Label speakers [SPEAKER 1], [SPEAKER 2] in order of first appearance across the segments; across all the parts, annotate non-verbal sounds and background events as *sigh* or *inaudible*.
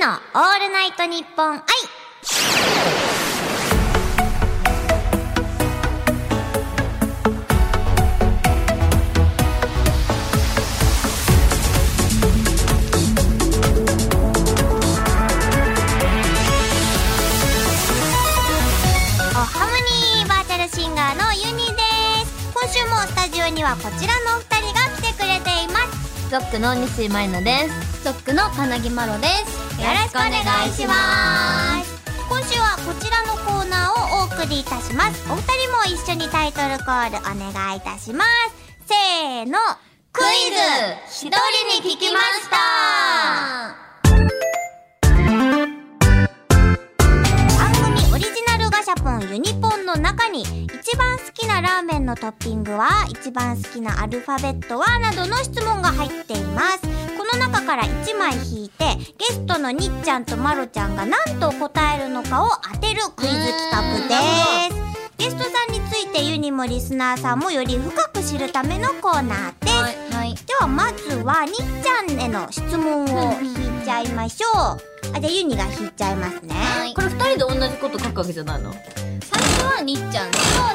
[SPEAKER 1] のオールナイトニッポン愛おハムニーバーチャルシンガーのユニです今週もスタジオにはこちらのお二人が来てくれています
[SPEAKER 2] ゾックの西井舞菜ですゾックの金木まろです
[SPEAKER 1] よろしくお願いします今週はこちらのコーナーをお送りいたしますお二人も一緒にタイトルコールお願いいたしますせーのク
[SPEAKER 2] イズ一人に聞きました
[SPEAKER 1] 番組オリジナルガシャポンユニポンの中に一番好きなラーメンのトッピングは一番好きなアルファベットはなどの質問が入っていますこの中から1枚引いてゲストのにっちゃんとまろちゃんが何と答えるのかを当てるクイズ企画ですゲストさんについてユニもリスナーさんもより深く知るためのコーナーです、
[SPEAKER 2] はい、はい、
[SPEAKER 1] ではまずはにっちゃんへの質問を引いちゃいましょうあじゃあユニが引いちゃいますね、
[SPEAKER 3] これ二人で同じこと書くわけじゃないの
[SPEAKER 2] 最初はにっちゃん
[SPEAKER 1] そう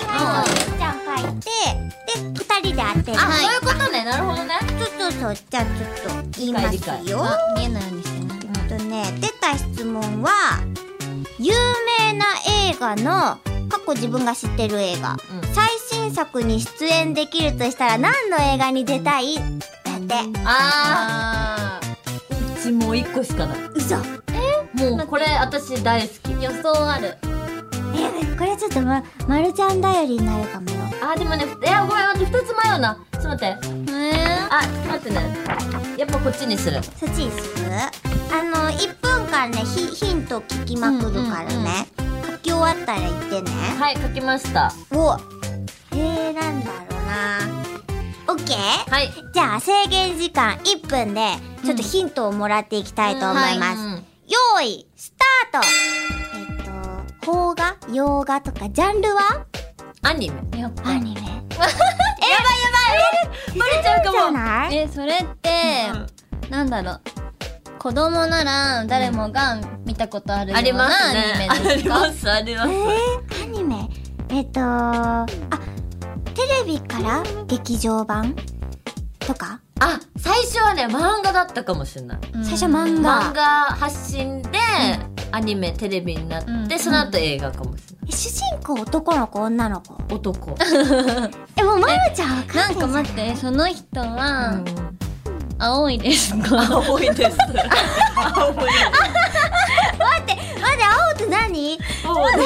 [SPEAKER 1] 最後にっちゃん書いてで二人で当てる
[SPEAKER 2] あ、そういうことねなるほどね
[SPEAKER 1] そうそうそうじゃあちょっと言いますよ
[SPEAKER 2] あ見えないようにしてね
[SPEAKER 1] うんとね出た質問は有名な映画の過去自分が知ってる映画、
[SPEAKER 3] うん
[SPEAKER 1] 最新作に出演できるとしたら何の映画に出たいだって
[SPEAKER 2] あ
[SPEAKER 3] うちもう一個しかない
[SPEAKER 1] 嘘
[SPEAKER 3] もうこれ私大好き
[SPEAKER 2] 予想ある
[SPEAKER 1] えこれちょっとままるちゃん頼りになるかもよ
[SPEAKER 3] あでもねいやごめん待って二つ迷うなちょっと待って
[SPEAKER 2] え
[SPEAKER 3] あ待ってねやっぱこっちにする
[SPEAKER 1] そっちにするあの1分間ねヒヒント聞きまくるから
[SPEAKER 3] うんうんうん
[SPEAKER 1] ね、書き終わったら言ってね
[SPEAKER 3] はい書きました
[SPEAKER 1] おえー、なんだろうなオッケー
[SPEAKER 3] はい
[SPEAKER 1] じゃあ制限時間1分でちょっとヒントをもらっていきたいと思います、
[SPEAKER 3] うんはい
[SPEAKER 1] 用意スタートえっと邦画洋画とかジャンルは
[SPEAKER 3] アニメやっ
[SPEAKER 1] アニメ
[SPEAKER 3] バレちゃう
[SPEAKER 1] じゃ
[SPEAKER 3] かも
[SPEAKER 1] ない
[SPEAKER 2] えそれって、なんだろう子供なら誰もが見たことあるよ
[SPEAKER 3] あり
[SPEAKER 2] う
[SPEAKER 3] ま
[SPEAKER 2] な
[SPEAKER 3] す
[SPEAKER 2] ア
[SPEAKER 3] ね
[SPEAKER 2] ニメですか、
[SPEAKER 3] すありま
[SPEAKER 1] え
[SPEAKER 3] す
[SPEAKER 1] ー、アニメえっとあテレビから劇場版とか
[SPEAKER 3] あ最初はね漫画だったかもしれない
[SPEAKER 2] うん
[SPEAKER 1] 最初漫画
[SPEAKER 3] 漫画発信でアニメテレビにな
[SPEAKER 2] う
[SPEAKER 3] っ
[SPEAKER 2] ん
[SPEAKER 3] てその後映画かもしれない
[SPEAKER 1] え主人公男の子女の子
[SPEAKER 3] 男
[SPEAKER 1] えもうまるちゃんわかんな
[SPEAKER 2] ないんか待ってその人は青いですか、
[SPEAKER 3] 青い *laughs* です青い
[SPEAKER 1] 待って青って何もう絶対わかっ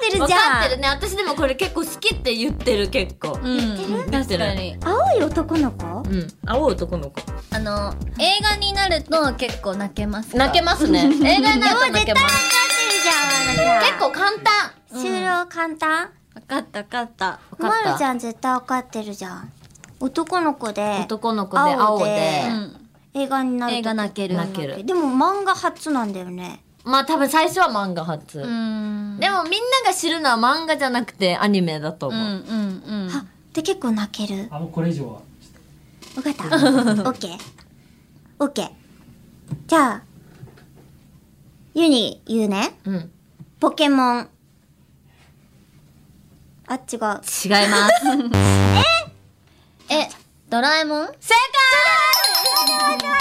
[SPEAKER 1] てる
[SPEAKER 3] 分
[SPEAKER 1] じゃん
[SPEAKER 3] かってるね私でもこれ結構好きって言ってる結構
[SPEAKER 2] うん
[SPEAKER 3] る
[SPEAKER 2] 確かに
[SPEAKER 1] 青い男の子
[SPEAKER 3] うん青い男の子
[SPEAKER 2] あの映画になると結構泣けますか
[SPEAKER 3] 泣けますね映画になると泣けます
[SPEAKER 1] わかってるじゃんまるちゃん
[SPEAKER 3] 結構簡単
[SPEAKER 2] うん
[SPEAKER 1] 就労簡単
[SPEAKER 2] わかったわかった
[SPEAKER 3] わかった
[SPEAKER 1] まるちゃん絶対わかってるじゃん男の子で
[SPEAKER 3] 男の子で青で
[SPEAKER 2] うん
[SPEAKER 1] 映画になると
[SPEAKER 2] 映画泣ける
[SPEAKER 3] 泣ける
[SPEAKER 1] でも漫画初なんだよね
[SPEAKER 3] まあ多分最初は漫画初
[SPEAKER 2] う
[SPEAKER 3] で
[SPEAKER 2] ん
[SPEAKER 3] もみんなが知るのは漫画じゃなくてアニメだと
[SPEAKER 2] う
[SPEAKER 3] 思
[SPEAKER 2] ん
[SPEAKER 3] う
[SPEAKER 2] うんうん
[SPEAKER 1] あで結構泣ける
[SPEAKER 4] あもうこれ以上は
[SPEAKER 1] わかった *laughs* オッケーオッケーじゃあユニ言うね
[SPEAKER 3] うん違
[SPEAKER 1] ポケモンあ違う
[SPEAKER 3] います
[SPEAKER 2] えドラえもん
[SPEAKER 3] 正解ドラ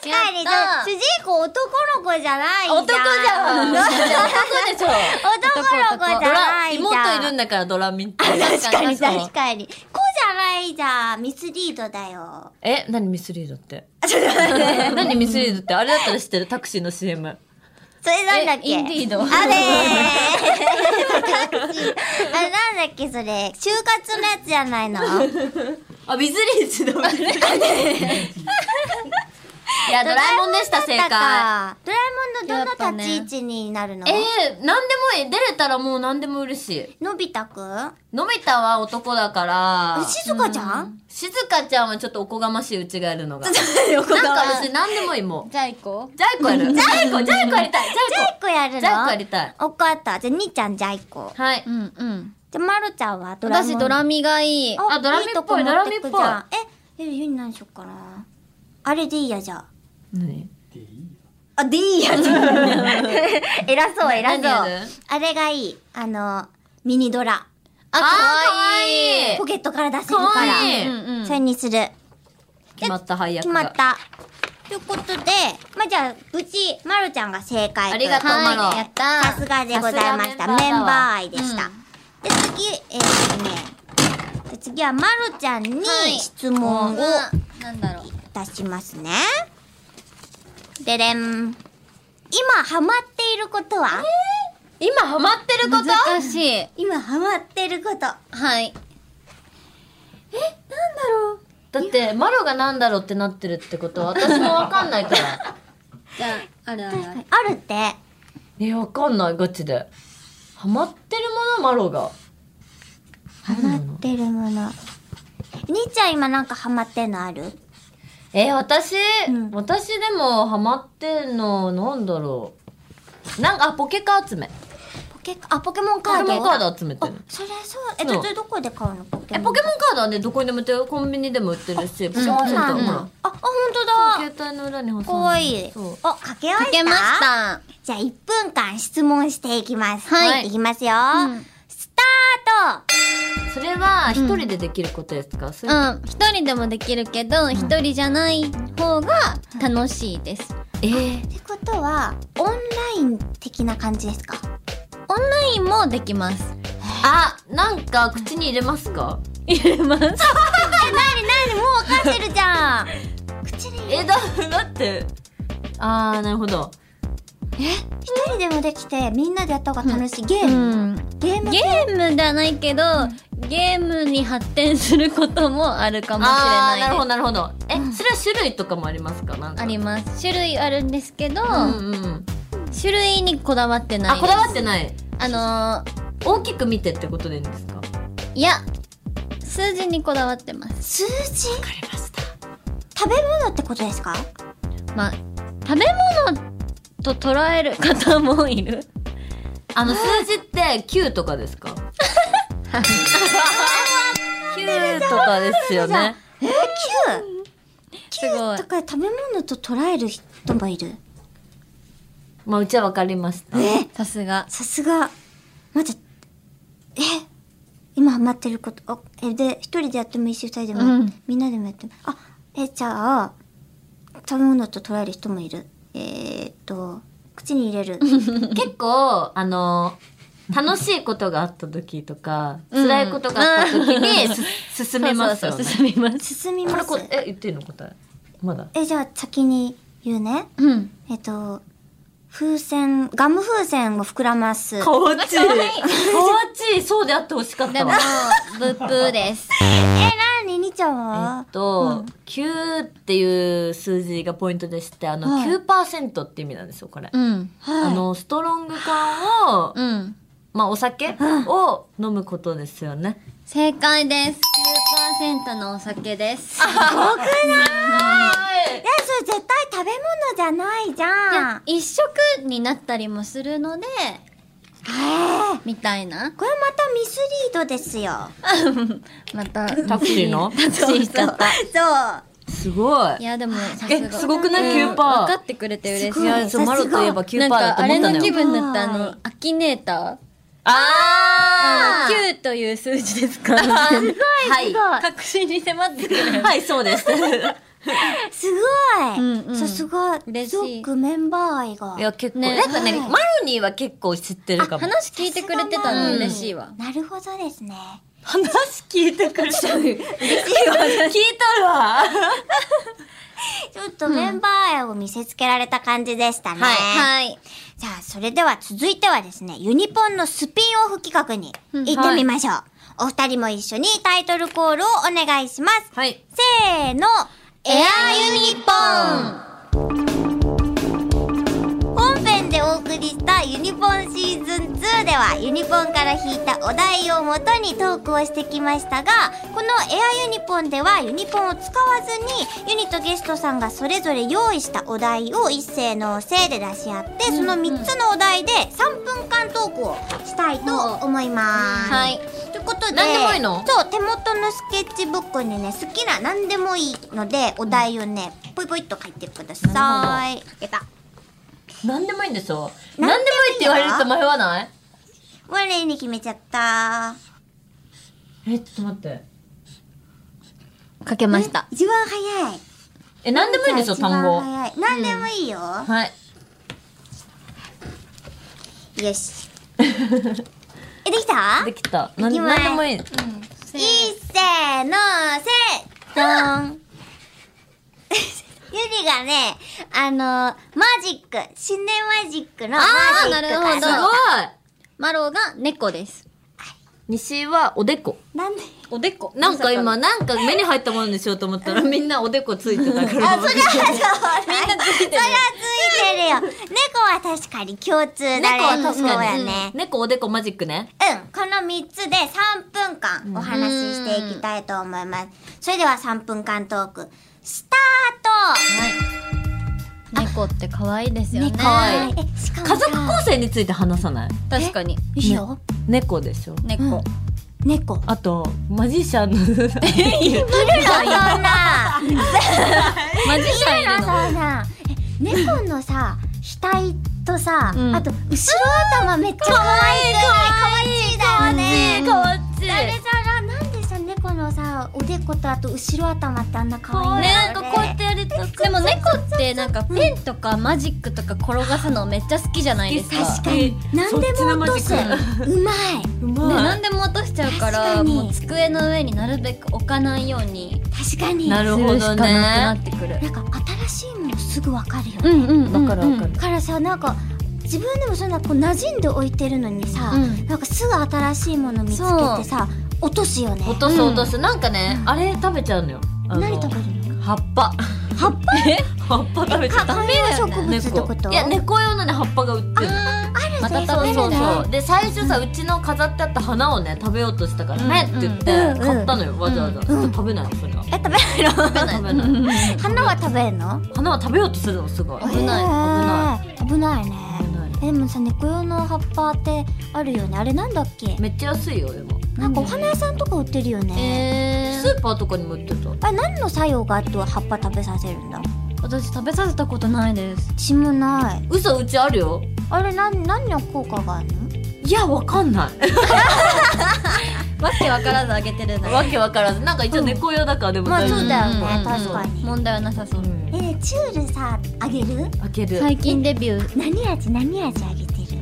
[SPEAKER 1] 確かに
[SPEAKER 2] やった
[SPEAKER 1] 主人公男の子じゃない
[SPEAKER 3] え
[SPEAKER 1] じゃん
[SPEAKER 3] もん男じゃん男でしょ
[SPEAKER 1] 男の子じゃ
[SPEAKER 3] ドラ
[SPEAKER 1] ないじゃん
[SPEAKER 3] 妹いるんだからドラミンって
[SPEAKER 1] 確かに
[SPEAKER 2] 確かに
[SPEAKER 1] 確かに子じゃないじゃんミスリードだよ
[SPEAKER 3] え何ミスリードって *laughs* 何ミスリードってあれだったら知ってるタクシーの CM
[SPEAKER 1] それなんだっけ
[SPEAKER 2] えインディード
[SPEAKER 1] あれータクシーあれなんだっけそれ就活のやつじゃ
[SPEAKER 3] *laughs*
[SPEAKER 1] ないの
[SPEAKER 3] あビズリーチのいやドラえもんでした正
[SPEAKER 1] だ
[SPEAKER 3] 解
[SPEAKER 1] からドラえもんのどの立ち位置になるの、
[SPEAKER 3] えー、何でもいい出れたらもう何でも嬉しい
[SPEAKER 1] のび太くん
[SPEAKER 3] のび太は男だから
[SPEAKER 1] 静香ちゃん、
[SPEAKER 3] 静香ちゃんはちょっとおこがましいうちがいる *laughs* のがなんか別に何でもいいもう
[SPEAKER 2] じゃあ行こう
[SPEAKER 3] ジャイコやるジャイコジャイコやりたいジ
[SPEAKER 1] じゃあ一個やるの
[SPEAKER 3] ャイコジャイコやりたい
[SPEAKER 1] わかったじゃあ兄ちゃんじゃあ一個
[SPEAKER 3] ャイはい
[SPEAKER 2] うんうん
[SPEAKER 1] じゃあまるちゃんはドラえもん
[SPEAKER 2] 私ドラミがいい
[SPEAKER 1] あ
[SPEAKER 3] あドラミっぽい
[SPEAKER 1] とこ持てくじゃん
[SPEAKER 3] ドラ
[SPEAKER 1] ええゆに何しよっかなあれでいいやじゃあ
[SPEAKER 3] 何
[SPEAKER 4] でいいよ
[SPEAKER 2] あ、D
[SPEAKER 1] *laughs*
[SPEAKER 2] やつ。
[SPEAKER 1] 偉そう偉
[SPEAKER 3] 何や
[SPEAKER 1] そ
[SPEAKER 3] る
[SPEAKER 1] うあれがいいあのミニドラ
[SPEAKER 2] あ、かわいい。
[SPEAKER 1] ポケットから出せる
[SPEAKER 3] か
[SPEAKER 1] か
[SPEAKER 3] わ
[SPEAKER 1] ら
[SPEAKER 3] いい
[SPEAKER 2] うんうん
[SPEAKER 1] それにする
[SPEAKER 3] 決まった配役
[SPEAKER 1] 決
[SPEAKER 3] が
[SPEAKER 1] まったということでまあじゃあ無事まるちゃんが正解
[SPEAKER 3] ありがとう
[SPEAKER 1] はい
[SPEAKER 3] マロ
[SPEAKER 2] やった。
[SPEAKER 1] さすがでございました
[SPEAKER 3] さすが
[SPEAKER 1] メ
[SPEAKER 3] メ
[SPEAKER 1] ン
[SPEAKER 3] ンバーだわ
[SPEAKER 1] バー愛でした、
[SPEAKER 2] う
[SPEAKER 1] で次えー、とねじゃあ次はまるちゃんに
[SPEAKER 2] はい
[SPEAKER 1] 質問を
[SPEAKER 2] おなんだろう。
[SPEAKER 1] 出しますねででん今ハマっていることは、
[SPEAKER 3] 今ハマってること
[SPEAKER 2] 難しい。
[SPEAKER 1] 今ハマってること
[SPEAKER 2] はい。
[SPEAKER 3] だってマロがなんだろうってなってるってことは私もわかんないから
[SPEAKER 2] じゃあ、あるあるある。
[SPEAKER 1] あるって
[SPEAKER 3] *laughs* えわかんないガチでハマってるものマロが
[SPEAKER 1] ハマってるもの兄ちゃん今なんかハマってんのある
[SPEAKER 3] えー私、
[SPEAKER 1] うん
[SPEAKER 3] 私でもハマってんのなんだろうなんかあポケカ集め
[SPEAKER 1] ポケあポケモン
[SPEAKER 3] ポ
[SPEAKER 1] カ
[SPEAKER 3] ケ
[SPEAKER 1] ード
[SPEAKER 3] モンカード集めて
[SPEAKER 1] あ
[SPEAKER 3] る
[SPEAKER 1] それそうえ
[SPEAKER 3] そう
[SPEAKER 1] どどこで買うのポケ
[SPEAKER 3] え
[SPEAKER 1] モ
[SPEAKER 3] ポ
[SPEAKER 1] ン
[SPEAKER 3] ケモンカードはねどこにでも売ってるコンビニでも売ってるしポケモン
[SPEAKER 1] そう
[SPEAKER 3] センタ
[SPEAKER 1] な
[SPEAKER 3] ー
[SPEAKER 1] ん
[SPEAKER 3] もほ
[SPEAKER 1] だあ
[SPEAKER 3] ら
[SPEAKER 1] あ本当だ
[SPEAKER 3] 携帯の裏に挟んで
[SPEAKER 1] かわいい
[SPEAKER 3] そう
[SPEAKER 1] おかけました
[SPEAKER 2] かけました。
[SPEAKER 1] じゃあ1分間質問していきます
[SPEAKER 2] はい
[SPEAKER 1] いきますよ、
[SPEAKER 2] うん
[SPEAKER 1] スタート
[SPEAKER 3] それは一人でできることですか、それ
[SPEAKER 2] うん。一人でもできるけど、一人じゃない方が楽しいです。
[SPEAKER 3] えー
[SPEAKER 1] ってことはオンライン的な感じですか
[SPEAKER 2] オンラインもできます。
[SPEAKER 3] あなんか口に入れますか
[SPEAKER 2] 入れます。
[SPEAKER 1] え、なになにもう分かってるじゃん口に
[SPEAKER 3] *laughs* えだだってあーなるほど
[SPEAKER 1] 一人でもできてみんなでやった方が楽しいゲー
[SPEAKER 2] う
[SPEAKER 1] ム、
[SPEAKER 2] ん。
[SPEAKER 1] ゲーム
[SPEAKER 2] ゲームではないけど、ゲームに発展することもあるかもしれ
[SPEAKER 3] あ
[SPEAKER 2] な
[SPEAKER 3] ー
[SPEAKER 2] いです
[SPEAKER 3] なるほどなるほどえ、それは種類とかもありますかなんか
[SPEAKER 2] あります種類あるんですけど、
[SPEAKER 3] うんうん
[SPEAKER 2] 種類にこだわってない
[SPEAKER 3] あこだわって
[SPEAKER 2] い
[SPEAKER 3] ない
[SPEAKER 2] あの
[SPEAKER 3] 大きく見てってことでいいんですかわか
[SPEAKER 2] ーいや数字にこだわってます
[SPEAKER 1] 数字
[SPEAKER 3] りました
[SPEAKER 1] 食べ物ってことですか
[SPEAKER 2] まあ食べ物と捉える方もいる
[SPEAKER 3] あの数字って9とかです
[SPEAKER 2] *laughs*
[SPEAKER 3] か9とかですよね
[SPEAKER 1] えー、
[SPEAKER 2] すご
[SPEAKER 1] 9!
[SPEAKER 2] い
[SPEAKER 1] とか食べ物と捉える人もいる
[SPEAKER 3] まあうちはわかりました
[SPEAKER 1] え
[SPEAKER 2] さすが
[SPEAKER 1] さすがまだえ今ハマってることあえで一人でやってもいいし二人でも、
[SPEAKER 2] うん
[SPEAKER 1] みんなでもやってもあえじゃあ食べ物と捉える人もいるえー、っと口に入れる
[SPEAKER 3] 結構あの楽しいことがあった時とか、
[SPEAKER 2] うん
[SPEAKER 3] 辛いことがあった時にす進みますよ
[SPEAKER 2] そう
[SPEAKER 3] ね
[SPEAKER 2] そう進みます
[SPEAKER 1] 進み
[SPEAKER 3] こ
[SPEAKER 1] ま
[SPEAKER 3] れ
[SPEAKER 1] す
[SPEAKER 3] こえ言っていいの答えまだ
[SPEAKER 1] えじゃあ先に言うね
[SPEAKER 2] うん
[SPEAKER 1] えっと風船ガム風船を膨らます
[SPEAKER 3] かわちいかわちいそうであってほしかっ
[SPEAKER 2] で
[SPEAKER 3] た
[SPEAKER 2] も
[SPEAKER 3] わ
[SPEAKER 2] ブッブーです
[SPEAKER 1] えなににちゃん
[SPEAKER 3] え
[SPEAKER 1] は
[SPEAKER 3] っと、9っていう数字がポイントでしてあの
[SPEAKER 1] はい
[SPEAKER 3] 9%って意味なんですよこれ、
[SPEAKER 2] うん
[SPEAKER 1] はい
[SPEAKER 3] あのストロング缶を、
[SPEAKER 2] うん
[SPEAKER 3] まあお酒を飲むことですよね
[SPEAKER 2] 正解です9%のお酒です
[SPEAKER 1] えそれ絶対食べ物じゃないじ
[SPEAKER 2] い
[SPEAKER 1] ゃ
[SPEAKER 2] や
[SPEAKER 1] ん
[SPEAKER 2] 一食になったりもするので
[SPEAKER 1] えー
[SPEAKER 2] みたいな
[SPEAKER 1] これまたミスリードですよ
[SPEAKER 2] また
[SPEAKER 3] タクシーの
[SPEAKER 2] タクシーしちゃった
[SPEAKER 1] そう
[SPEAKER 3] すごい
[SPEAKER 2] いやでもさ
[SPEAKER 3] えすごくない
[SPEAKER 2] うん
[SPEAKER 3] 9%
[SPEAKER 2] 分かってくれて嬉し
[SPEAKER 1] す
[SPEAKER 2] い
[SPEAKER 1] ご
[SPEAKER 3] いやそう
[SPEAKER 1] さ
[SPEAKER 3] マ
[SPEAKER 1] す
[SPEAKER 3] ロ
[SPEAKER 1] が
[SPEAKER 3] といえば9%
[SPEAKER 2] なん
[SPEAKER 3] だ
[SPEAKER 2] か
[SPEAKER 3] と
[SPEAKER 2] あ
[SPEAKER 3] 思
[SPEAKER 2] れ
[SPEAKER 3] った
[SPEAKER 2] の
[SPEAKER 3] の
[SPEAKER 2] 気
[SPEAKER 3] よ
[SPEAKER 2] 分だったあ
[SPEAKER 1] はい
[SPEAKER 2] のアキネータ
[SPEAKER 3] あ
[SPEAKER 2] ー
[SPEAKER 3] ー
[SPEAKER 2] 9という数字です *laughs* か
[SPEAKER 3] はい
[SPEAKER 2] 確信に迫ってく
[SPEAKER 3] *laughs*
[SPEAKER 2] る
[SPEAKER 3] はい、そうです。い
[SPEAKER 1] すごい、
[SPEAKER 2] うんうん
[SPEAKER 1] さすが
[SPEAKER 2] 嬉
[SPEAKER 1] す
[SPEAKER 2] しい
[SPEAKER 1] ごくメンバー愛が
[SPEAKER 3] や、結構、
[SPEAKER 2] ね
[SPEAKER 3] なんかね、
[SPEAKER 1] はい
[SPEAKER 3] マロニーは結構知ってるかも。
[SPEAKER 2] 話聞いてくれてたの
[SPEAKER 3] うん
[SPEAKER 2] 嬉しいわ
[SPEAKER 1] なるほどですね
[SPEAKER 3] 話聞いてくれちゃう。嬉しいわ。聞いとるわ。
[SPEAKER 1] ちょっとメンバー愛を見せつけられた感じでしたね、
[SPEAKER 2] はい
[SPEAKER 1] じゃあそれでは続いてはですねユニポンのスピンオフ企画に
[SPEAKER 2] うん
[SPEAKER 1] 行ってみましょう、お二人も一緒にタイトルコールをお願いします
[SPEAKER 3] はい。
[SPEAKER 1] せーのエアユニポン本編でお送りしたユニポンシーズン2ではユニポンから引いたお題をもとにトークをしてきましたがこのエアユニポンではユニポンを使わずにユニとゲストさんがそれぞれ用意したお題を一斉のせいで出し合ってその3つのお題で3分間トークをしたいと思います。
[SPEAKER 2] はい
[SPEAKER 1] ということで
[SPEAKER 3] 何でもいいの
[SPEAKER 1] そう手元のスケッチブックにね好きな何でもいいのでお題をね、ぽいぽいっと書いてください書けた
[SPEAKER 3] 何でもいいんですよ。
[SPEAKER 1] 何
[SPEAKER 3] 何
[SPEAKER 1] で
[SPEAKER 3] で
[SPEAKER 1] も
[SPEAKER 3] も
[SPEAKER 1] いいよ
[SPEAKER 3] いいって言われると迷わない
[SPEAKER 1] 我に決めちゃった
[SPEAKER 3] え、ちょっと待って。
[SPEAKER 2] かけました。
[SPEAKER 1] 一番早い
[SPEAKER 3] え、何でもいいんですよ、
[SPEAKER 1] じゃあ
[SPEAKER 3] 単語
[SPEAKER 1] 一。番早い何でもいいよ、
[SPEAKER 3] はい。
[SPEAKER 1] よ
[SPEAKER 3] *laughs*
[SPEAKER 1] しえできた
[SPEAKER 3] できた。何
[SPEAKER 1] できま
[SPEAKER 3] 何
[SPEAKER 1] す
[SPEAKER 3] でもいい。
[SPEAKER 2] うん。
[SPEAKER 1] いっせーのせーのゆりがね、あのマジック、心霊マジックのマジック
[SPEAKER 2] なるほど
[SPEAKER 1] か
[SPEAKER 3] す
[SPEAKER 1] ら
[SPEAKER 3] ごい
[SPEAKER 2] マロが猫です。
[SPEAKER 3] 西はおでこ。
[SPEAKER 1] なんで
[SPEAKER 2] おでこ。
[SPEAKER 3] なんか今、なんか目に入ったものにしようと思ったら、みんなおでこついてたから。
[SPEAKER 1] それはそうみんなついてる。それはついてるよ。猫は確かに共通だね。
[SPEAKER 3] 猫は確
[SPEAKER 1] そう
[SPEAKER 3] か
[SPEAKER 1] や
[SPEAKER 3] に。
[SPEAKER 1] ね。
[SPEAKER 3] 猫おでこマジックね。
[SPEAKER 1] うん、この3つで3分間お話ししていきたいと思います。それでは3分間トーク、スター
[SPEAKER 3] はい。
[SPEAKER 2] 猫って可愛いですよね。
[SPEAKER 1] ト
[SPEAKER 3] 猫愛
[SPEAKER 1] え、しかも
[SPEAKER 3] 家
[SPEAKER 1] さ
[SPEAKER 3] 族構成について話さない
[SPEAKER 2] 確かに。
[SPEAKER 1] いいよ。
[SPEAKER 3] 猫でしょ
[SPEAKER 2] 猫。
[SPEAKER 1] 猫。
[SPEAKER 3] あとマジシャンの
[SPEAKER 1] いるよ、そんな。いる
[SPEAKER 2] マジシャンい
[SPEAKER 1] よ、
[SPEAKER 2] るの。
[SPEAKER 1] そんな。え、猫のさ、額とさ、
[SPEAKER 3] うん
[SPEAKER 1] あと、後ろ頭めっちゃ可愛くないかわいいだよね。
[SPEAKER 3] わち
[SPEAKER 1] あれさなんでさ猫のさおでことあと後ろ頭ってあんな可愛い
[SPEAKER 2] ね、なん
[SPEAKER 1] の
[SPEAKER 2] かこうやってやるとでも猫ってなんかペンとかマジックとか転がすのめっちゃ好きじゃないですか
[SPEAKER 1] 確かに何でも落とす
[SPEAKER 3] そうっちの
[SPEAKER 1] ま
[SPEAKER 3] マ
[SPEAKER 1] い
[SPEAKER 3] うん
[SPEAKER 2] で
[SPEAKER 3] まい
[SPEAKER 2] 何でも落としちゃうか
[SPEAKER 1] 確からに
[SPEAKER 2] もう机の上になるべく置かないように
[SPEAKER 1] 確かに
[SPEAKER 3] な
[SPEAKER 1] な
[SPEAKER 3] る
[SPEAKER 2] す
[SPEAKER 3] ほどね
[SPEAKER 2] るしかなくなってくる
[SPEAKER 1] んか新しいものすぐわかるよ、
[SPEAKER 2] うんうんうんうん
[SPEAKER 3] わかるわかる
[SPEAKER 1] だからさなんか自分でもそんなこう馴染んでおいてるのにさ、
[SPEAKER 2] うん
[SPEAKER 1] なんかすぐ新しいもの見つけてさ落とすよね
[SPEAKER 3] 落とす落とすなんかねあれ食べちゃうのよあの
[SPEAKER 1] 何食べるの
[SPEAKER 3] 葉っぱ
[SPEAKER 1] 葉っぱ
[SPEAKER 3] *laughs* 葉っぱ食べちゃう
[SPEAKER 1] 観葉植物ってこと
[SPEAKER 3] いや猫用のね葉っぱが売ってる
[SPEAKER 1] あ
[SPEAKER 3] ま
[SPEAKER 1] るね
[SPEAKER 3] たそうそう
[SPEAKER 1] ね
[SPEAKER 3] そうで最初さうちの飾ってあった花をね食べようとしたからね
[SPEAKER 2] うん
[SPEAKER 3] って言って
[SPEAKER 1] うん
[SPEAKER 3] 買ったのよわざわざ
[SPEAKER 1] うん
[SPEAKER 3] 食べないのそれは
[SPEAKER 1] *laughs* え食べないの
[SPEAKER 3] 食べない
[SPEAKER 1] 花は食べるの
[SPEAKER 3] 花は食べようとするのすごい
[SPEAKER 2] 危ない
[SPEAKER 1] い危ないね
[SPEAKER 3] 危ない
[SPEAKER 1] えでもさ猫用の葉っぱってあるよねあれなんだっけ
[SPEAKER 3] めっちゃ安いよでも
[SPEAKER 1] なんかお花屋さんとか売ってるよね、
[SPEAKER 2] え
[SPEAKER 3] ス
[SPEAKER 2] ー、
[SPEAKER 3] ーパーとかにも売ってた
[SPEAKER 1] あれ何の作用があって葉っぱ食べさせるんだ
[SPEAKER 2] 私食べさせたことないです
[SPEAKER 1] 血もない
[SPEAKER 3] 嘘うちあるよ
[SPEAKER 1] あれ何何の効果があるの
[SPEAKER 3] いやわかんない
[SPEAKER 2] わけわからずあげてる
[SPEAKER 3] *laughs*
[SPEAKER 2] な
[SPEAKER 3] わけわからずなんか一応猫用だからでも
[SPEAKER 1] まあ
[SPEAKER 3] 大丈
[SPEAKER 1] そ
[SPEAKER 3] 夫
[SPEAKER 1] うだよね、
[SPEAKER 2] うんうんうん
[SPEAKER 1] 確かに、
[SPEAKER 2] 問題はなさそう
[SPEAKER 3] うん
[SPEAKER 1] えーチュールさあげる
[SPEAKER 3] 開ける
[SPEAKER 2] 最近デビュー
[SPEAKER 1] 何味何味あげてる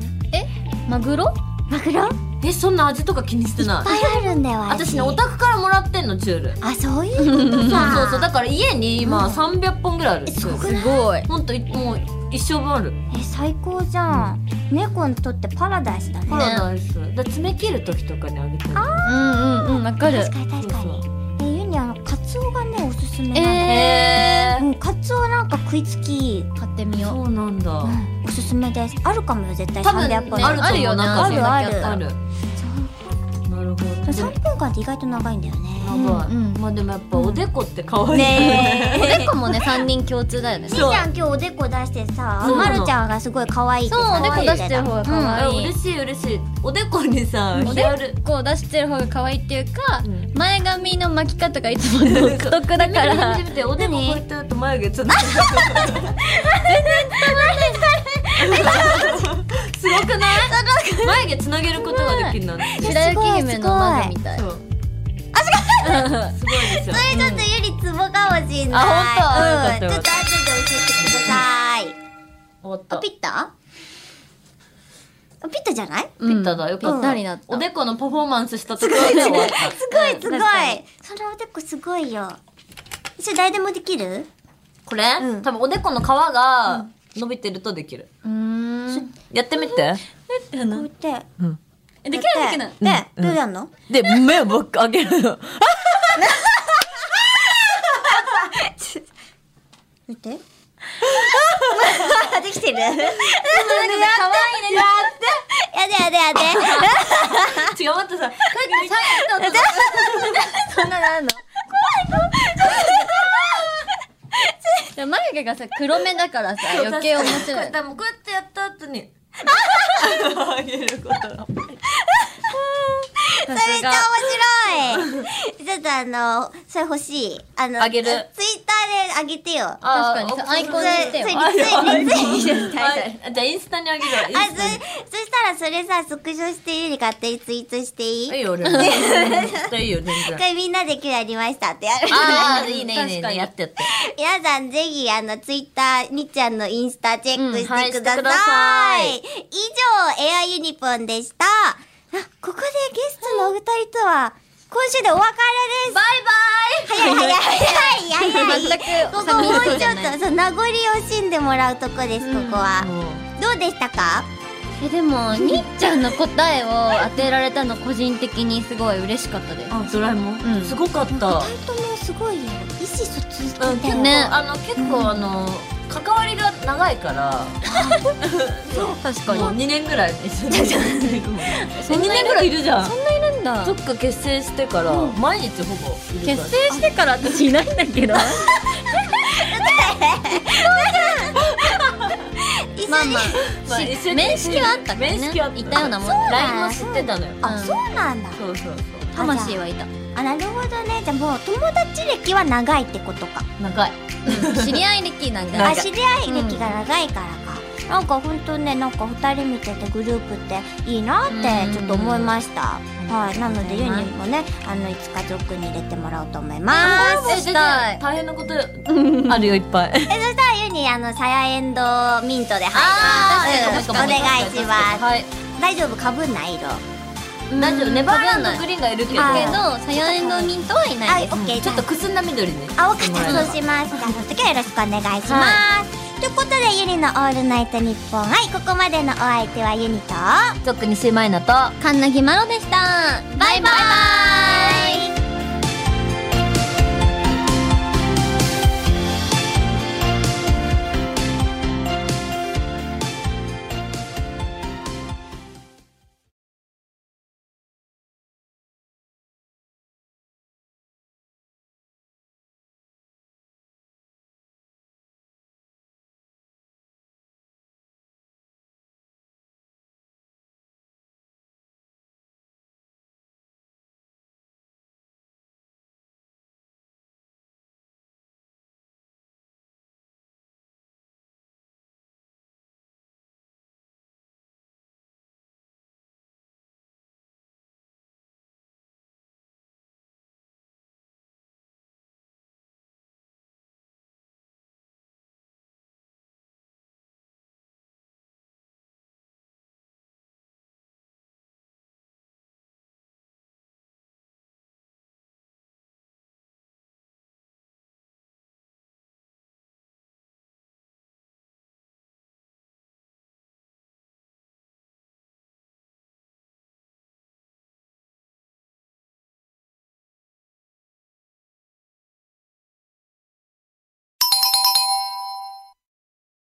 [SPEAKER 2] マグロ
[SPEAKER 1] マグロいっ
[SPEAKER 3] えそんな味とか気にしてない
[SPEAKER 1] ぱいあるんだ *laughs* よ味
[SPEAKER 3] 私ねお宅からもらってんのチュール
[SPEAKER 1] あそう *laughs* いうこと
[SPEAKER 3] そう
[SPEAKER 1] さ
[SPEAKER 3] そうそうだから家に今300本ぐらいある
[SPEAKER 1] えすごくない
[SPEAKER 3] すごいほんといもう一生分ある
[SPEAKER 1] え最高じゃん、猫にとってパラダイスだね
[SPEAKER 3] パラダイスだ爪切る時とかにあげてる
[SPEAKER 2] うんうんうんわかる
[SPEAKER 1] 確かに確かに
[SPEAKER 3] そ
[SPEAKER 1] えユニあのカツオがねおすすめなの、
[SPEAKER 2] え
[SPEAKER 1] うんカツオなんか食いつき、
[SPEAKER 2] ー、買ってみよう
[SPEAKER 3] そうなんだ
[SPEAKER 1] うんおすすめですあるかもよ絶対
[SPEAKER 3] 多分ね
[SPEAKER 1] 300本
[SPEAKER 3] あると
[SPEAKER 2] ある
[SPEAKER 3] 思
[SPEAKER 2] よ
[SPEAKER 3] う
[SPEAKER 2] ね
[SPEAKER 3] なんかそんな
[SPEAKER 1] あるある
[SPEAKER 3] あるなるほど
[SPEAKER 1] 3分間って意外と長いんだよね
[SPEAKER 3] やばい、
[SPEAKER 2] うんうん
[SPEAKER 3] まあでもやっぱおでこって可愛い *laughs*
[SPEAKER 2] お
[SPEAKER 1] ね
[SPEAKER 2] でこもね3人共通だよね *laughs*
[SPEAKER 1] えみーちゃん今日おでこ出してさ
[SPEAKER 3] そう
[SPEAKER 1] まるちゃんがすごい可愛いって
[SPEAKER 2] そう
[SPEAKER 1] 可愛い
[SPEAKER 2] おでこ出してる方が可愛い
[SPEAKER 3] あ嬉しい嬉しいおでこにさ
[SPEAKER 2] お
[SPEAKER 3] ヒ
[SPEAKER 2] で
[SPEAKER 3] アル
[SPEAKER 2] こう出してる方が可愛いっていうか、
[SPEAKER 3] うん
[SPEAKER 2] 前髪の巻き方がいつも独特だか
[SPEAKER 3] 見
[SPEAKER 2] ら *laughs*
[SPEAKER 3] て見て見ておでここうやってやると眉毛ちょっとすごくない *laughs* 眉毛つなげることができるなんて
[SPEAKER 1] て
[SPEAKER 2] 白雪姫の魔女みたい
[SPEAKER 3] そう *laughs* すごいですよ
[SPEAKER 1] それちょっとゆりツボかもしんない
[SPEAKER 3] あ
[SPEAKER 1] うん、
[SPEAKER 3] 本当
[SPEAKER 1] ちょっと後で
[SPEAKER 3] よかっ
[SPEAKER 1] 教え
[SPEAKER 3] た
[SPEAKER 1] てください
[SPEAKER 3] 終わっ
[SPEAKER 1] あ
[SPEAKER 3] た
[SPEAKER 1] ピッタあピッタじゃない
[SPEAKER 2] ピ
[SPEAKER 3] ピッタだよ
[SPEAKER 2] ぴったりだった、
[SPEAKER 3] おでこのパフォーマンスしたところで終わった
[SPEAKER 1] すごいすごい
[SPEAKER 2] 確かに
[SPEAKER 1] そのおでこすごいよそれ誰でもできる
[SPEAKER 3] これ
[SPEAKER 1] うん
[SPEAKER 3] 多分おでこの皮が伸びてるとできる
[SPEAKER 2] うーん
[SPEAKER 3] やってみて
[SPEAKER 1] こうやって
[SPEAKER 2] えでき
[SPEAKER 1] や
[SPEAKER 2] な
[SPEAKER 1] っ
[SPEAKER 2] い
[SPEAKER 1] て
[SPEAKER 2] できない
[SPEAKER 1] ね、
[SPEAKER 3] うん
[SPEAKER 1] どうやんの
[SPEAKER 3] で目をばっか上げるの
[SPEAKER 1] 見てできてるやだや
[SPEAKER 2] 可愛いね
[SPEAKER 1] だや
[SPEAKER 3] *laughs*
[SPEAKER 1] だやだ
[SPEAKER 3] *laughs* 違う待ってさ
[SPEAKER 2] そんなのあんの怖い怖い眉毛がさ黒目だからさ余計面白い
[SPEAKER 3] でもこうやってやった後にあげること
[SPEAKER 1] それめっちゃ面白いい。ちょっとあの、それ欲しい。あの、
[SPEAKER 3] あげる
[SPEAKER 1] ツイッターであげてよ。
[SPEAKER 3] あー
[SPEAKER 2] 確かに
[SPEAKER 3] お
[SPEAKER 2] アイコンにしてよ
[SPEAKER 1] それリツイ
[SPEAKER 3] あ
[SPEAKER 1] リツイリツイ
[SPEAKER 3] あじゃあインスタにあげるわイン
[SPEAKER 1] あ、
[SPEAKER 3] ス
[SPEAKER 1] そ、
[SPEAKER 3] タに
[SPEAKER 1] そしたらそれさ、スクショして家に勝手にツイートしていい
[SPEAKER 3] いい *laughs* よ俺もいいよ全
[SPEAKER 1] 一
[SPEAKER 3] 然
[SPEAKER 1] 回みんなで今日やりましたってやる。
[SPEAKER 3] ああいいねいいねいい
[SPEAKER 2] 確か
[SPEAKER 3] ね
[SPEAKER 2] に
[SPEAKER 3] やってやって
[SPEAKER 1] 皆さんぜひあのツイッターにっちゃんのインスタチェック
[SPEAKER 3] うんは
[SPEAKER 1] して
[SPEAKER 3] い
[SPEAKER 1] ください,、
[SPEAKER 3] して
[SPEAKER 1] 以上エアユニポンでしたあここでゲストのお二人とは今週でお別れ
[SPEAKER 3] バ
[SPEAKER 1] です早い早い早い早
[SPEAKER 3] *laughs*
[SPEAKER 1] い
[SPEAKER 2] 全く
[SPEAKER 1] ここもうちょ
[SPEAKER 2] 寂しい
[SPEAKER 1] っ
[SPEAKER 2] ね
[SPEAKER 1] とそう名残惜しんでもらうとこです、ここは
[SPEAKER 3] イバイもう
[SPEAKER 1] どうでしたか
[SPEAKER 2] えでもにっちゃんの答えを当てられたの個人的にすごい嬉しかったです
[SPEAKER 3] あドラえもん、
[SPEAKER 2] うん
[SPEAKER 3] すごかった、
[SPEAKER 1] 二人ともすごい意思疎通してた
[SPEAKER 3] うん、結
[SPEAKER 1] よ
[SPEAKER 3] 構、
[SPEAKER 2] ね
[SPEAKER 3] あの結構、あの関わりが長いから
[SPEAKER 2] 確
[SPEAKER 3] もう
[SPEAKER 2] に
[SPEAKER 3] 2年ぐらい一緒に *laughs* 2年ぐらいいるじゃん
[SPEAKER 2] そんないるんだ
[SPEAKER 3] そっか結成してから、毎日ほぼいるから
[SPEAKER 2] 結成してから私いないんだけど
[SPEAKER 1] 一緒に、
[SPEAKER 2] まあまあ
[SPEAKER 3] まあ
[SPEAKER 2] し
[SPEAKER 3] 一緒に
[SPEAKER 2] 面識はあったっけね
[SPEAKER 3] 面識はあった
[SPEAKER 2] いたようなもん
[SPEAKER 1] あそう
[SPEAKER 3] LINE も知ってたのよ
[SPEAKER 1] あ、そうなんだ
[SPEAKER 3] そうそうそう
[SPEAKER 2] 魂はいた
[SPEAKER 1] *laughs* あなるほどねじゃあもう友達歴は長いってことか
[SPEAKER 3] 長い
[SPEAKER 2] 知り合い歴なん
[SPEAKER 3] な
[SPEAKER 2] だ
[SPEAKER 1] あ
[SPEAKER 3] んか
[SPEAKER 1] 知り合い歴が長いからか、なんか本当ねなんか二人見ててグループっていいなってちょっと思いましたはいなのでユニもねあのいつかジョックに入れてもらおうと思います
[SPEAKER 2] え
[SPEAKER 3] 全然
[SPEAKER 2] したい
[SPEAKER 3] 大変なことあるよいっぱ *laughs* い
[SPEAKER 1] えそしたらユニあのサヤエンドウミントで
[SPEAKER 2] あ
[SPEAKER 1] 入
[SPEAKER 2] ー
[SPEAKER 1] りますお
[SPEAKER 2] 確か
[SPEAKER 1] 願
[SPEAKER 2] に
[SPEAKER 1] いします
[SPEAKER 3] はい
[SPEAKER 1] 大丈夫かぶんない色
[SPEAKER 3] 大丈夫ネバーランドグ
[SPEAKER 2] け
[SPEAKER 3] リーンがいるけど
[SPEAKER 1] あー
[SPEAKER 2] どサヤエンドミントはいないです
[SPEAKER 1] あオッケー
[SPEAKER 3] ちょっとくすんだ緑ね
[SPEAKER 1] 青かっ
[SPEAKER 3] しても
[SPEAKER 1] た
[SPEAKER 3] らえ
[SPEAKER 1] そう
[SPEAKER 3] ば
[SPEAKER 1] しますじゃあその時はよろしくお願いします、ということでユニの「オールナイトニッポン」はいここまでのお相手はユニと
[SPEAKER 3] 特にシマイナと
[SPEAKER 2] カンナヒマロでしたバイバイ